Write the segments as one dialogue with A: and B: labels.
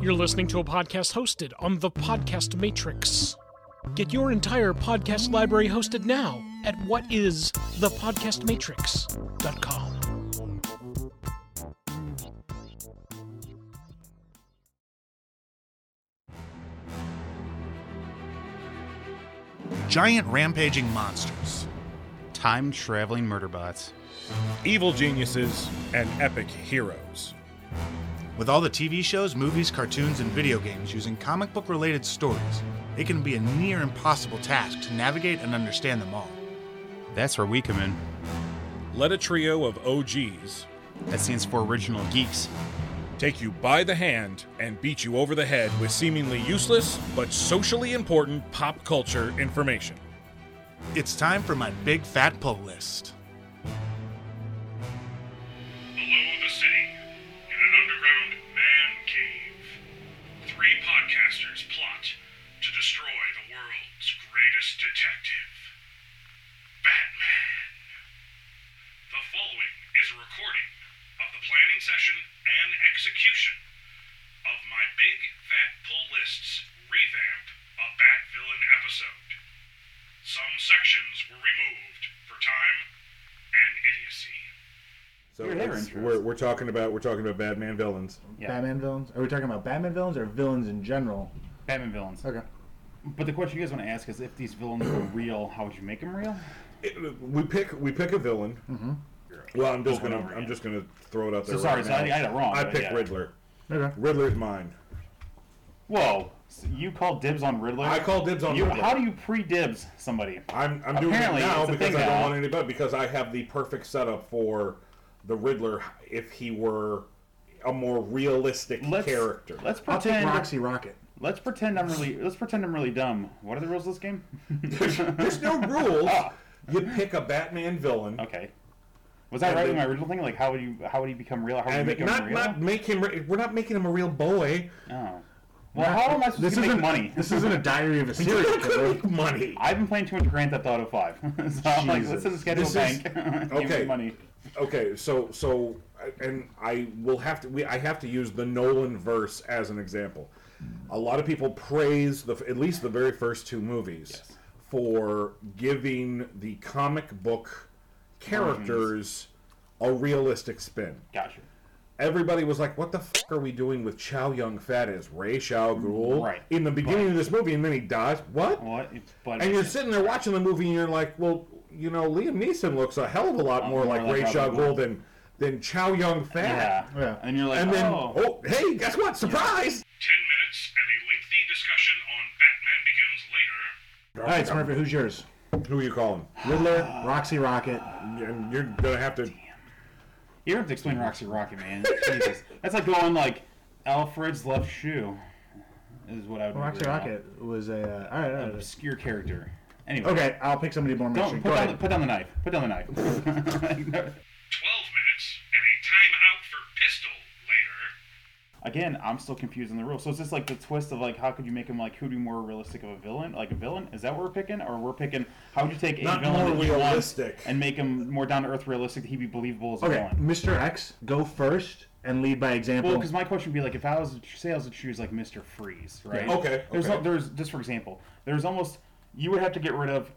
A: You're listening to a podcast hosted on the Podcast Matrix. Get your entire podcast library hosted now at whatisthepodcastmatrix.com.
B: Giant rampaging monsters.
C: Time traveling murder bots.
D: evil geniuses, and epic heroes.
B: With all the TV shows, movies, cartoons, and video games using comic book related stories, it can be a near impossible task to navigate and understand them all.
C: That's where we come in.
D: Let a trio of OGs
C: That stands for Original Geeks.
D: take you by the hand and beat you over the head with seemingly useless but socially important pop culture information.
B: It's time for my big fat pull list.
E: Below the city, in an underground man cave, three podcasters plot to destroy the world's greatest detective, Batman. The following is a recording of the planning session and execution of my Big Fat Pull List's revamp of Bat Villain episode. Some sections were removed for time and idiocy.
F: So
G: Weird hair
F: it's-
G: intros.
F: we're, we're talking about we're talking about Batman villains.
C: Yeah.
G: Batman villains? Are we talking about Batman villains or villains in general?
C: Batman villains.
G: Okay.
C: But the question you guys want to ask is if these villains were real, how would you make them real?
F: It- we pick we pick a villain. Well, I'm just
C: Over and
F: gonna
C: over
F: I'm
C: again.
F: just gonna throw it out there.
C: So sorry,
F: right
C: so
F: now.
C: I- I had it wrong,
F: I
C: but
F: picked
C: yeah.
F: Riddler.
G: Okay.
F: Riddler's mine.
C: Whoa. So you call dibs on Riddler?
F: I call dibs on
C: you,
F: Riddler.
C: How do you pre dibs somebody?
F: I'm I'm doing it
C: Apparently,
F: now
C: it's a
F: because
C: thing
F: I don't
C: now.
F: want anybody because I have the perfect setup for the Riddler if he were a more realistic
C: Let's,
F: character.
C: Let's
G: I'll take
C: pretend.
G: Roxy Rocket.
C: Let's pretend I'm really. Let's pretend I'm really dumb. What are the rules of this game?
F: There's no rules. you pick a Batman villain.
C: Oh. okay. Was that
F: And
C: right
F: then-
C: with my original thing? Like, how would you? How would he become real? How would you
F: And
C: make him
F: not
C: real?
F: not make him. re- We're not making him a real boy.
C: Oh. Well, how am I supposed
G: This
C: to make
G: isn't
C: money?
G: This isn't a diary of a
F: You're
G: serial
F: not gonna
G: killer.
F: make money.
C: I've been playing too much Grand Theft Auto 5. so I'm like, this is a
G: Jesus.
C: schedule
F: This is-
C: bank. Give me
F: okay.
C: money.
F: Okay, so so and I will have to we I have to use the Nolan verse as an example. A lot of people praise the at least the very first two movies for giving the comic book characters a realistic spin.
C: Gotcha.
F: Everybody was like, "What the f- are we doing with Chow Yun Fat as Ray Chow Ghoul
C: Right.
F: in the beginning of this movie?" And then he dies. What?
C: What? It's, but
F: And you're sitting there watching the movie, and you're like, well, you know, Liam Neeson looks a hell of a lot more
C: more
F: like
C: like
F: Ray
C: Robin
F: Shaw
C: Hood.
F: Gould than, than Chow Yun Fat.
C: yeah.
G: Yeah.
C: And you're like,
F: And then,
C: oh.
F: oh, hey, guess what? Surprise!
E: 10 minutes and a lengthy discussion on Batman Begins later.
G: All right, Smurfy, who's yours?
F: Who you calling?
G: Riddler, Roxy Rocket.
F: And you're gonna have to.
C: You don't have to explain Roxy Rocket, man. Jesus. That's like going, like, Alfred's left shoe is what I would
G: Roxy
C: do right now.
G: Rocket was a. Uh, all right, all right.
C: Obscure character. Anyway.
G: Okay, I'll pick somebody more
C: Don't,
G: mainstream.
C: put,
G: Go
C: down the,
G: ahead.
C: put down the knife. Put down the knife.
E: 12 minutes and a timeout for pistol later.
C: Again, I'm still confused on the rules. So is this like the twist of like how could you make him like who'd be more realistic of a villain? Like a villain? Is that what we're picking? Or we're picking how would you take a
F: Not
C: villain
F: more
C: that you want
F: realistic.
C: and make him more down to earth realistic that he'd be believable as a
G: Okay,
C: villain?
G: Mr. X, go first and lead by example.
C: Well, because my question would be like if I was to say I was to choose like Mr. Freeze, right?
F: Yeah. Okay,
C: There's
F: okay.
C: al- there's just for example, there's almost you would have to get rid of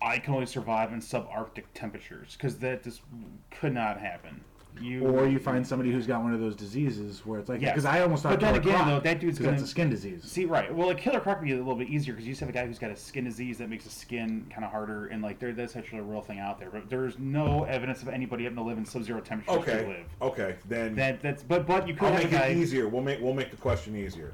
C: I can only survive in subarctic temperatures because that just could not happen. You
G: or you find somebody who's got one of those diseases where it's like,
C: Yeah.
G: because I almost thought.
C: But then
G: Killer
C: again,
G: Croc,
C: though, that dude's
G: 'cause
C: gonna-
G: that's a skin disease.
C: See, right. Well, a killer croc would be a little bit easier because you just have a guy who's got a skin disease that makes his skin kind of harder, and like there, that's actually a real thing out there. But there's no evidence of anybody having to live in sub-zero temperatures to
F: Okay.
C: live.
F: Okay. Then
C: That that's but but you could
F: I'll
C: have a
F: make
C: guy.
F: it easier. We'll make we'll make the question easier.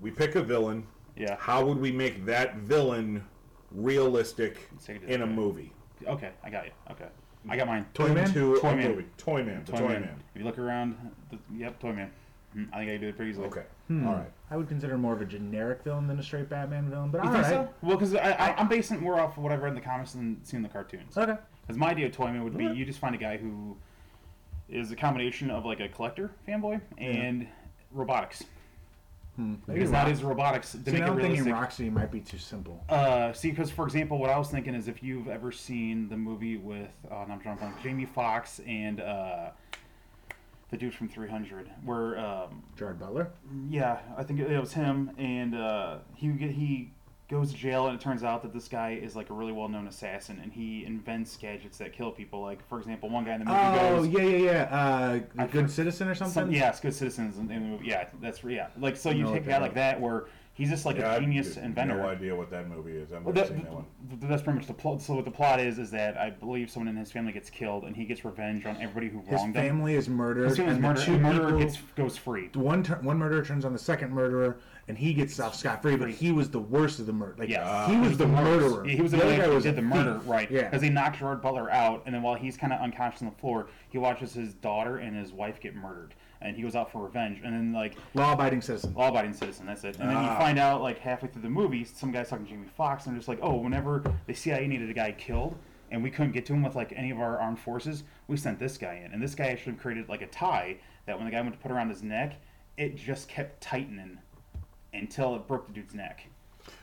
F: We pick a villain.
C: Yeah.
F: How would we make that villain realistic
C: take it to
F: in a
C: the-
F: movie?
C: Okay, I got you. Okay, I got mine.
G: Toy Man?
F: Into
C: Toy
F: a
C: Man.
F: movie. Toy Man. The Toy, Man.
C: If you look around, the, yep, Toy Man. Hmm, I think I can do it pretty easily.
F: Okay. All right.
G: I would consider more of a generic villain than a straight Batman villain, but
C: You
G: all
C: think
G: right.
C: so? Well, because I, I, I'm basing it more off of what I've read in the comics and seen in the cartoons.
G: Okay.
C: Because my idea of Toyman would be you just find a guy who is a combination of like a collector fanboy and robotics. Because that is robotics to
G: Hmm. See,
C: make
G: now
C: it
G: I'm thinking
C: realistic.
G: Roxy might be too simple.
C: uh, see, because for example, what I was thinking is if you've ever seen the movie with uh, I'm drawing a blank, Jamie Foxx and uh, the dude from 300, where um,
G: Jared Butler.
C: yeah, I think it was him, and uh, he get- he goes to jail, and it turns out that this guy is like a really well-known assassin, and he invents gadgets that kill people. Like for example, one guy in the movie
G: Oh
C: goes,
G: yeah, yeah, yeah. Uh, good
C: for-
G: citizen or something.
C: some, yeah, it's good citizens, and, and yeah, that's yeah. Like so, you
G: know
C: take a
G: what
C: guy
G: that
C: like that, where he's just like a genius
F: I
C: inventor.
F: No idea what that movie is. I've never
C: Well, that,
F: seen that one.
C: th- that's pretty much the plot. So what the plot is is that I believe someone in his family gets killed, and he gets revenge on everybody who
G: His
C: wronged him.
G: family is murdered.
C: His family's
G: and the
C: murder,
G: two
C: murderer
G: people-
C: gets, goes free.
G: one tur one murderer turns on the second murderer, and he gets off scot free. But he was the worst of the murder. Like
C: Yes.
G: he was the murderer.
C: Yeah, he was the,
G: the
C: guy who
G: a
C: did the murder,
G: thief.
C: right?
G: Yeah.
C: Because he knocked Gerard Butler out, and then while he's kind of unconscious on the floor, he watches his daughter and his wife get murdered, and he goes out for revenge. And then like
G: law-abiding citizen.
C: law-abiding citizen, that's it. And then you find out like halfway through the movie, some guy's talking to Jamie Foxx, and they're just like, oh, whenever the CIA needed a guy killed. And we couldn't get to him with like any of our armed forces. We sent this guy in, and this guy actually created like a tie that when the guy went to put around his neck, it just kept tightening until it broke the dude's neck.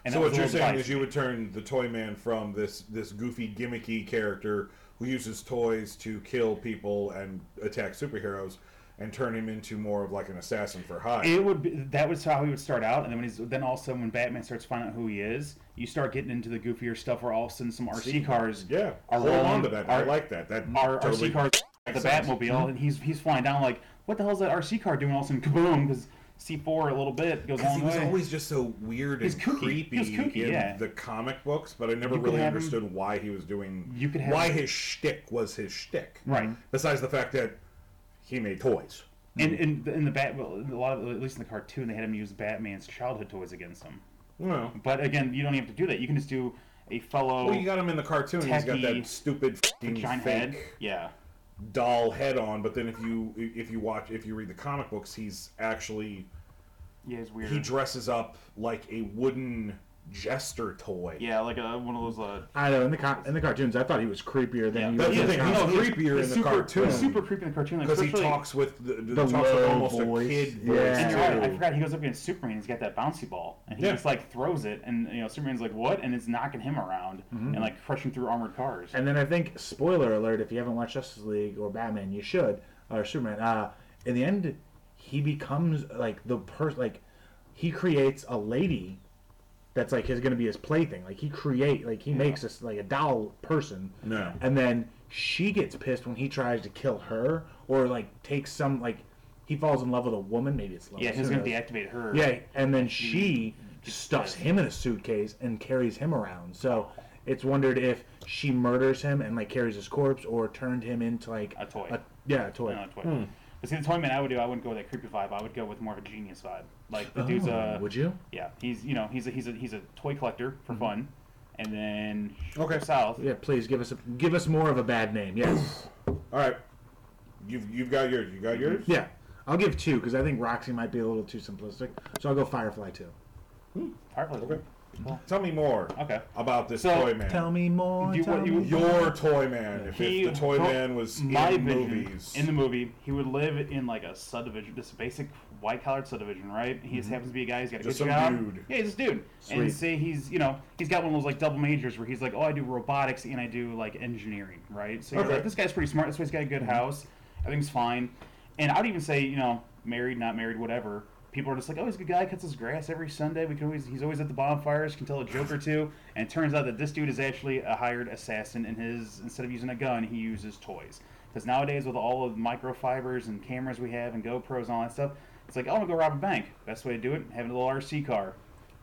C: And
F: So
C: that was
F: what
C: a
F: you're
C: little
F: saying
C: device.
F: is you would turn the Toy Man from this this goofy gimmicky character who uses toys to kill people and attack superheroes, and turn him into more of like an assassin for hire.
C: It would be that was how he would start out, and then when he's then all of a sudden when Batman starts finding out who he is, you start getting into the goofier stuff where all of a sudden some RC cars
F: yeah,
C: are
F: hold
C: rolling-
F: on to that. I
C: are-
F: like that. That
C: Our
F: totally
C: RC cars the
F: makes sense. Mm-hmm.
C: Batmobile, and he's he's flying down like what the hell is that RC car doing? All of a sudden, kaboom! Because C four a little bit goes a
F: Because
C: long
F: he was
C: way.
F: always just so weird
C: He's
F: and
C: kooky.
F: creepy
C: He was kooky,
F: in
C: yeah.
F: the comic books, but I never
C: could
F: really
C: have him-
F: understood why he was doing
C: You could have
F: why
C: him-
F: his shtick was his shtick.
C: Right.
F: Besides the fact that he made toys.
C: and in, in the Bat, well, a lot of at least in the cartoon, they had him use Batman's childhood toys against him.
F: Well,
C: But again, you don't even have to do that. You can just do a fellow
F: well, you got him in the cartoon. He's got
C: Techie,
F: that stupid fucking
C: giant
F: fake
C: head. Yeah.
F: doll head on. But then if you if you watch if you read the comic books, he's actually
C: Yeah, it's weird.
F: he dresses up like a wooden jester toy.
C: yeah, like a, one of those uh,
G: I know in the co- in the cartoons, I thought he was creepier than
C: Yeah,
G: he
C: but
G: was.
C: you
G: in the
C: think
G: comic.
F: he's
C: No, he's-
F: creepier in
C: he's
F: the
C: super,
F: cartoon.
C: he's super creepy in the cartoon. Like,
F: because he
C: especially-
F: talks with the, the,
G: The
F: talks with
G: low
F: almost a
G: voice.
F: kid
G: Yeah.
F: voice.
C: And
G: Yeah.
C: you're right, I
F: too.
C: forgot he goes up against Superman. He's got that bouncy ball, and he
F: Yeah.
C: just like throws it, and you know Superman's like, "What?" and it's knocking him around
F: Mm-hmm.
C: and like crushing through armored cars.
G: And then I think spoiler alert: if you haven't watched Justice League or Batman, you should or Superman. Uh, in the end, he becomes like the person like he creates a lady that's like his going to be his plaything. Like he create like he makes this like a doll person.
F: No.
G: And then she gets pissed when he tries to kill her or like takes some like he falls in love with a woman. Maybe it's love.
C: yeah, he's gonna deactivate her.
G: Yeah, and then she stuffs him in a suitcase and carries him around. So it's wondered if she murders him and like carries his corpse, or turned him into like
C: A toy.
G: yeah, a toy.
C: No, toy.
F: Hmm.
C: But see, the toy man I would do, I wouldn't go with that creepy vibe. I would go with more of a genius vibe. Like the dude's a.
G: Oh, would you? Mm-hmm.
C: Yeah, he's you know he's a he's a he's a toy collector for fun, and then
F: Okay.
C: south.
G: Yeah, please give us a, give us more of a bad name. Yes,
F: All right, you've you've got yours. You got yours.
G: yeah. I'll give two because I think Roxy might be a little too simplistic. So I'll go Firefly two.
C: Firefly.
F: Okay. Tell me more.
C: Okay.
F: About this
C: So-
F: toy man.
G: Tell me more.
C: Do you-
G: tell
C: what you-
G: me more.
F: Your toy man. If,
C: He-
F: if the toy
C: well,
F: man was in
C: my vision,
F: movies.
C: In the movie, he would live in like a subdivision, just a basic white collar subdivision, right? He just happens to be a guy who's got a
F: Mm-hmm. Just
C: good
F: some
C: job.
F: dude.
C: Yeah, he's just a dude. And say he's, you know, he's got one of those like double majors where he's like, oh, I do robotics and I do like engineering, right? So you're
F: Okay.
C: like, this guy's pretty smart. This guy's got a good house. Everything's fine. And I would even say, you know, married, not married, whatever. People are just like, oh, he's a good guy. Cuts his grass every Sunday. We can always, he's always at the bonfires. Can tell a joke or two. And it turns out that this dude is actually a hired assassin. And his instead of using a gun, he uses toys. Because nowadays, with all of the microfibers and cameras we have and GoPros and all that stuff, it's like, I want to go rob a bank. Best way to do it, having a little RC car.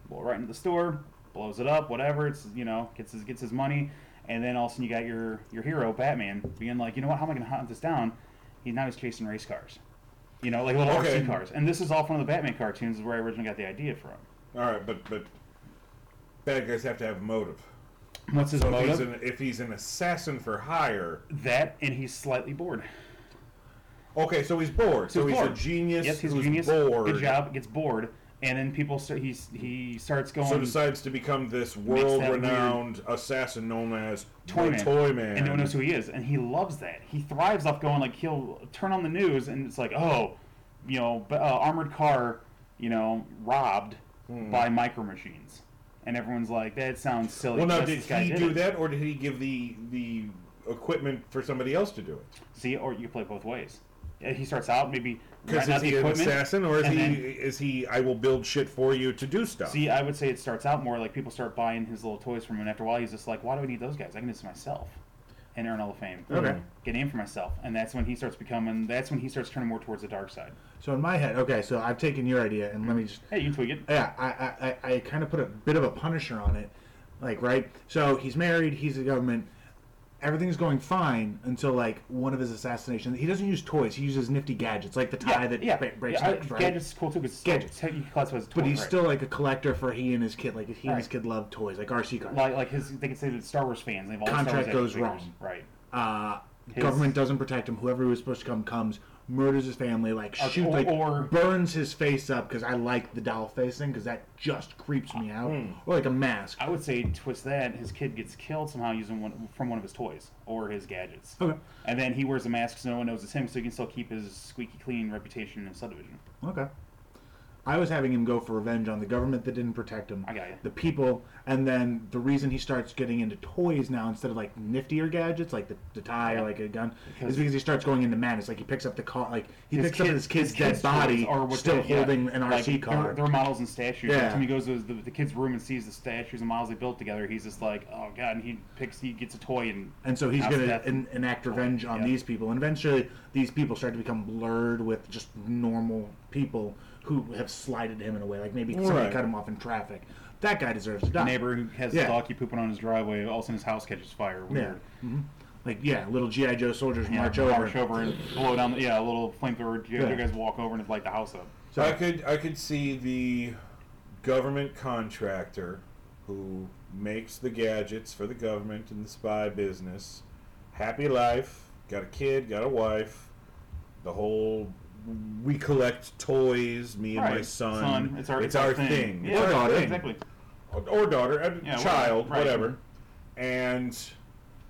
C: Well, right into the store, blows it up, whatever. It's you know gets his gets his money, and then all of a sudden you got your your hero Batman being like, you know what? How am I going to hunt this down? He now he's chasing race cars, you know, like little
F: Okay.
C: RC cars. And this is all from the Batman cartoons, is where I originally got the idea from.
F: All right, but but bad guys have to have a motive.
C: What's his
F: So if he's
C: motive?
F: an if he's an assassin for hire.
C: That and he's slightly bored.
F: Okay, so he's bored. So,
C: he's
F: he's,
C: bored.
F: a genius.
C: yes, he's
F: who's
C: genius.
F: Bored.
C: Good job. Gets bored, and then people start, he's he starts going.
F: So decides to become this
C: that
F: world-renowned assassin known as
C: Toy
F: the
C: Man.
F: Toy Man.
C: and no one knows who he is, and he loves that. He thrives off going like he'll turn on the news, and it's like, oh, you know, b- uh, armored car, you know, robbed
F: Hmm.
C: by micro machines, and everyone's like, that sounds silly.
F: Well, now
C: Yes,
F: did
C: this guy
F: he
C: did
F: do
C: it.
F: that, or did he give the the equipment for somebody else to do it?
C: See, or you can play both ways. uh, he starts out maybe
F: Because
C: renting out
F: is
C: the
F: he an
C: equipment,
F: assassin or is
C: and
F: he
C: then-
F: is he? I will build shit for you to do stuff.
C: See, I would say it starts out more like people start buying his little toys from him, and after a while, he's just like, "Why do I need those guys? I can do this myself, and earn all the fame.
G: Okay.
C: get in for myself." And that's when he starts becoming. That's when he starts turning more towards the dark side.
G: So in my head, okay, so I've taken your idea and let me just
C: Hey, you can tweak it.
G: yeah, I, I, I, I kind of put a bit of a punisher on it, like right. So he's married, he's the government, everything's going fine until like one of his assassinations. He doesn't use toys; he uses nifty gadgets, like the tie that
C: yeah,
G: bre- breaks
C: yeah, I-
G: necks, right?
C: Gadget's cool too because
G: Gadgets.
C: you can classify as a toy,
G: but he's
C: right?
G: still like a collector for he and his kid. Like he and his
C: Right.
G: kid love toys, like RC cars.
C: like like his. They can say that Star Wars fans. They have all the Star
G: Contract
C: Wars
G: goes
C: action figures.
G: wrong.
C: Right.
G: uh,
C: His-
G: government doesn't protect him. Whoever he was supposed to come comes, murders his family, like
C: Or-
G: shoots,
C: or-
G: like
C: or-
G: burns his face up because I like the doll face thing because that just creeps me out. Or like a mask.
C: Hmm. I would say twist that. His kid gets killed somehow using one from one of his toys or his gadgets.
G: Okay.
C: And then he wears a mask so no one knows it's him, so he can still keep his squeaky clean reputation in subdivision.
G: Okay. I was having him go for revenge on the government that didn't protect him.
C: I got ya.
G: The people, and then the reason he starts getting into toys now instead of like niftier gadgets like the, the tie or like a gun is because he starts going into madness. Like he picks up the car, like he
C: His
G: picks up
C: kid-
G: his kid's dead
C: kid's toys
G: body,
C: are what
G: still
C: they- yeah,
G: holding an RC
C: like,
G: car.
C: Their, their models and statues.
G: Yeah.
C: Yeah. When he goes to the, the kid's room and sees the statues and models they built together, he's just like, oh god. And he picks, he gets a toy and
G: And so he's
C: That's
G: going
C: death.
G: to en- enact revenge on
C: yeah.
G: these people. And eventually, these people start to become blurred with just normal people who have slighted him in a way. Like maybe somebody
F: Right.
G: cut him off in traffic. That guy deserves to die.
C: the neighbor who has
G: Yeah.
C: a dog keep pooping on his driveway, all of a sudden his house catches fire.
G: Yeah.
C: Weird.
G: hmm Like, yeah, little G.I. Joe soldiers
C: Yeah,
G: march over.
C: March over and blow down. The, yeah, a little flamethrower. The
G: Yeah.
C: other guys walk over and light the house up.
G: So-
F: I could I could see the government contractor who makes the gadgets for the government and the spy business. Happy life, got a kid, got a wife. The whole we collect toys, me and my
C: Right,
F: son.
C: it's our,
F: thing.
C: Yeah,
F: It's our
C: right,
F: thing.
C: Exactly.
F: Or- or daughter, a
C: Yeah,
F: child,
C: right.
F: whatever. And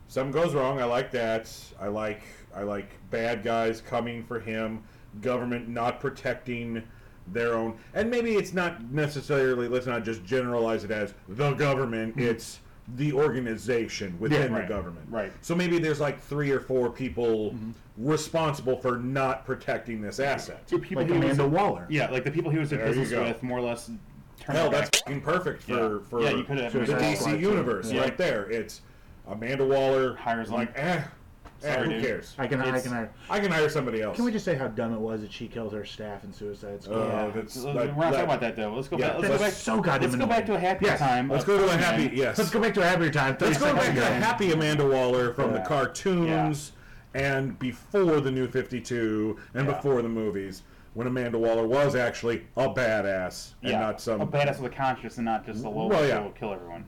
F: something goes wrong. I like that. I like I like bad guys coming for him. Government not protecting their own. And maybe it's not necessarily. Let's not just generalize it as the government. It's the organization within
C: Hmm. right,
F: the government.
C: right. Mm-hmm.
F: So maybe there's like three or four people responsible for not protecting this asset.
C: So people
G: Like
C: who was-
G: Amanda Waller.
C: Yeah, like the people he was in
F: There you
C: business
F: go.
C: with, more or less. Turned
F: Hell,
C: their
F: that's fucking perfect for
C: Yeah.
F: for
C: Yeah, you could have
F: the
G: Suicide
F: DC
G: Squad too.
F: universe
G: Yeah.
F: right there. It's Amanda Waller
C: Hires
F: like eh, eh,
C: Sorry,
F: who
C: dude.
F: cares?
G: I can, I
C: It's-
G: can, I,
F: I can hire somebody else.
G: can we just say how dumb it was that she killed her staff in Suicide Squad?
C: Yeah.
F: Uh, that's-
C: We're
F: that-
C: not talking
F: that-
C: about that though. Let's go
F: Yeah,
C: back. Let's
F: that's
C: go back.
G: so goddamn
C: Let's go back to a
G: annoying.
C: happy
G: Yes,
C: time.
F: Let's
C: of
F: go to a
C: Superman.
F: happy yes.
G: Let's go back to a happier time. 30
F: Let's go
G: seconds
F: back to
G: ago.
F: happy Amanda Waller from the
C: Yeah.
F: cartoons and before the New Fifty Two and
C: Yeah.
F: before the movies when Amanda Waller was actually a badass and
C: Yeah,
F: not some
C: a badass with a conscience and not just a low
F: Well,
C: well,
F: yeah.
C: kill everyone.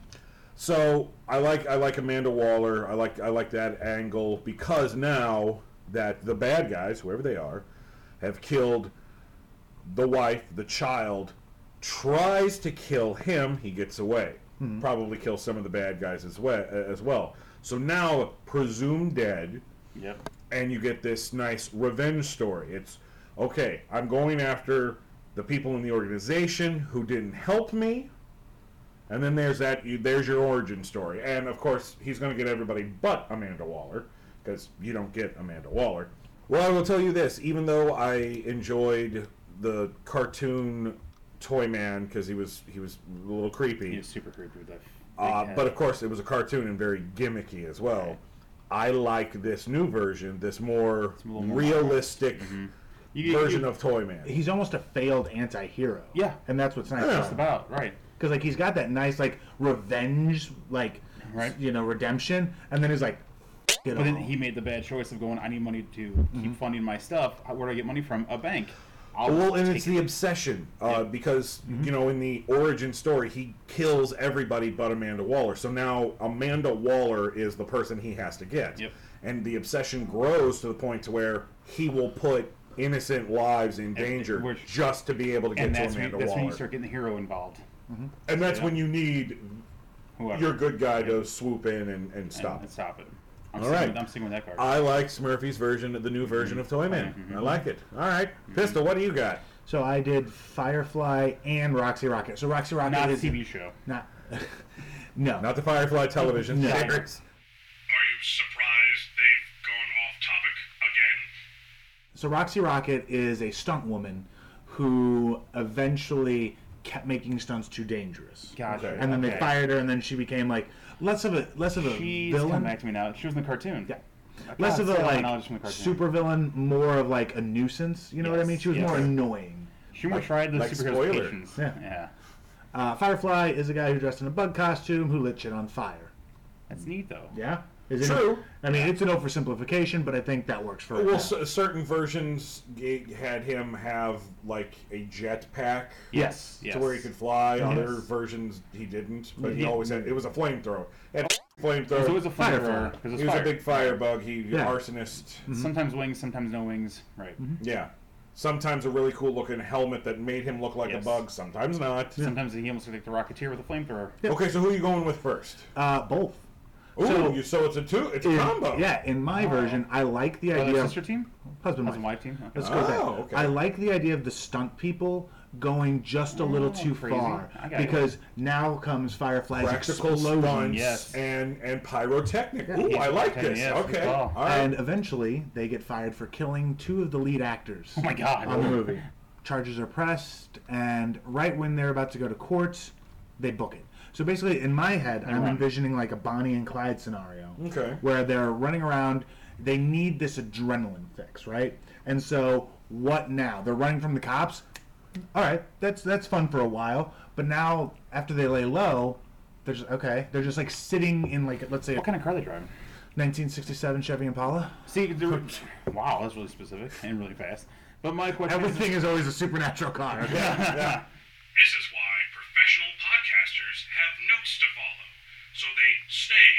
F: So I like I like Amanda Waller. I like I like that angle because now that the bad guys, whoever they are, have killed the wife, the child, tries to kill him. He gets away. Probably kills some of the bad guys as well. As well. So now presumed dead
C: Yep.
F: and you get this nice revenge story. It's okay, I'm going after the people in the organization who didn't help me. And then there's that there's your origin story. And of course, he's going to get everybody but Amanda Waller because you don't get Amanda Waller. Well, I will tell you this, even though I enjoyed the cartoon Toy Man because he was he was a little creepy.
C: He was super creepy with that.
F: Uh,
C: big head.
F: but of course, it was a cartoon and very gimmicky as well. I like this new version, this more
C: little more Mm-hmm.
F: realistic
C: You- you-
F: version
C: you-
F: of Toyman.
G: He's almost a failed anti-hero.
C: Yeah.
G: And that's what's nice. about
C: Just about right.
G: because like he's got that nice like revenge like
C: Right.
G: you know redemption and then he's like "F- it
C: But then
G: all."
C: he made the bad choice of going. I need money to keep funding my stuff. How- Where do I get money from? A bank. I'll
F: well, and it's
C: take
F: the obsession uh, because you know in the origin story he kills everybody but Amanda Waller. So now Amanda Waller is the person he has to get,
C: Yep.
F: and the obsession grows to the point to where he will put innocent lives in danger
C: which-
F: just to be able to get
C: and
F: to
C: that's,
F: Amanda
C: when, that's
F: Waller.
C: when you start getting the hero involved.
F: and that's when you need
C: Whoever.
F: your good guy to swoop in and, and stop.
C: And stop it. I'm
F: All
C: sticking
F: right. Uh,
C: With, I'm sticking with that card.
F: I like Smurfy's version, of the new version
C: Mm-hmm.
F: of Toyman. I like it. All right, Pistol, what do you got?
G: so i did firefly and roxy rocket so roxy rocket
C: Not a
G: is
C: TV show.
G: not no
F: Not the Firefly television
G: No.
F: series.
E: Are you surprised they've gone off topic again?
G: So Roxy Rocket is a stunt woman who eventually kept making stunts too dangerous.
C: Gotcha,
G: And then they
C: okay.
G: fired her, and then she became like less of a less of a
C: She's
G: villain.
C: coming back to me now. She was in the cartoon.
G: Yeah.
C: God,
G: Less of a
C: it's got my
G: like
C: knowledge from the cartoon.
G: supervillain, more of like a nuisance. You know what I mean? She was
C: yes.
G: more annoying.
C: She more
F: Like-
C: tried the
F: like
C: superheroes'
F: spoiler.
C: patience.
G: Yeah.
C: yeah.
G: Uh, Firefly is a guy who dressed in a bug costume who lit shit on fire.
C: That's neat though.
G: Yeah, is it
F: True.
G: I mean, it's an oversimplification, but I think that works for.
F: Well,
G: it.
F: c- certain versions g- had him have like a jet pack
C: Yes. Yes. Mm-hmm.
F: to where he could fly. Other
C: Yes.
F: versions he didn't, but he
C: Yeah.
F: always had. It was a flamethrower. He had a
C: It
F: flamethrower.
C: was always a
G: Fire
C: flamethrower.
G: fire.
C: It was
F: he was a Mm-hmm.
C: fire.
F: big firebug. He
G: Yeah.
F: arsonist.
C: Sometimes wings, sometimes no wings. Right.
F: Yeah. Sometimes a really cool looking helmet that made him look like
C: Yes.
F: a bug. Sometimes not.
C: Sometimes he almost looked like the Rocketeer with a flamethrower.
F: Okay, so who are you going with first?
G: uh, both.
F: Ooh,
G: So-
F: so, you, so it's a two. It's a
G: In-
F: combo.
G: Yeah, in my version, I like the
C: Brother
G: idea.
C: sister team?
G: husband,
C: Husband
G: wife.
C: wife team? Okay.
G: Let's go there.
F: Oh, okay.
G: I like the idea of the stunt people going just a little too
C: Oh, crazy.
G: far
C: I got you.
G: because now comes Firefly's
F: Practical
G: explosion.
F: stunts
C: Yes.
F: and and pyrotechnic. Ooh,
C: Yeah,
F: I like
C: pyrotechnic,
F: this.
C: yes, good
F: okay,
C: call.
F: all right.
G: And eventually, they get fired for killing two of the lead actors
C: Oh my god.
G: on the movie. Charges are pressed, and right when they're about to go to court, they book it. So basically, in my head, I'm
C: run.
G: envisioning like a Bonnie and Clyde scenario.
F: Okay.
G: Where they're running around, they need this adrenaline fix, right? And so, what now? They're running from the cops. All right, that's that's fun for a while, but now after they lay low, they're just okay. They're just like sitting in like let's say a
C: What kind of car they driving?
G: 1967 Chevy Impala.
C: See, there- wow, that's really specific and really fast. But my question is,
G: Everything is always a supernatural car. okay?
E: This is why professional podcasters have notes to follow, so they stay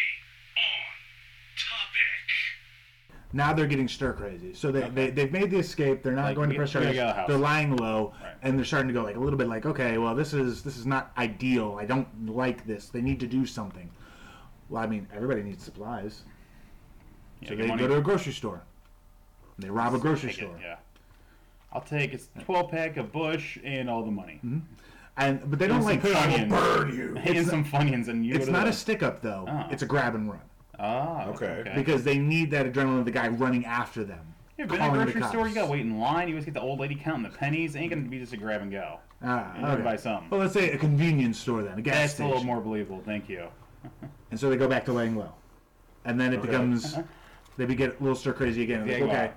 E: on topic.
G: now they're getting stir crazy. So they, they they've made the escape. They're not
C: Like,
G: going to
C: we-
G: press
C: we gotta
G: charges.
C: get out of the house.
G: They're lying low,
C: Right.
G: and they're starting to go like a little bit like, okay, well, this is this is not ideal. I don't like this. They need to do something. Well, I mean, everybody needs supplies.
C: Yeah,
G: So
C: get
G: they
C: money.
G: go to a grocery store. They rob a grocery
C: Take it,
G: store,
C: Yeah. I'll take it's twelve pack of Bush and all the money.
G: and but they don't
C: And
G: like.
C: some Funyuns.
F: burn you.
C: And some Funyuns, and you.
G: Mm-hmm. It's
C: go to
G: not a
C: the,
G: stick up though.
C: Oh.
G: It's a grab and run
C: Ah,
F: Okay.
G: because they need that adrenaline of the guy running after them.
C: Yeah, but in a
G: calling the
C: grocery store, you
G: cops.
C: gotta wait in line. You always get the old lady counting the pennies. Ain't gonna be just a grab and go.
G: Ah,
C: You gotta
G: okay.
C: buy something.
G: Well, let's say a convenience store then, a gas
C: That's a
G: station.
C: little more believable. Thank you.
G: And so they go back to laying low. And then it becomes they be- get a little stir crazy again. Like,
C: Uh-huh. Yeah, wow.
G: okay.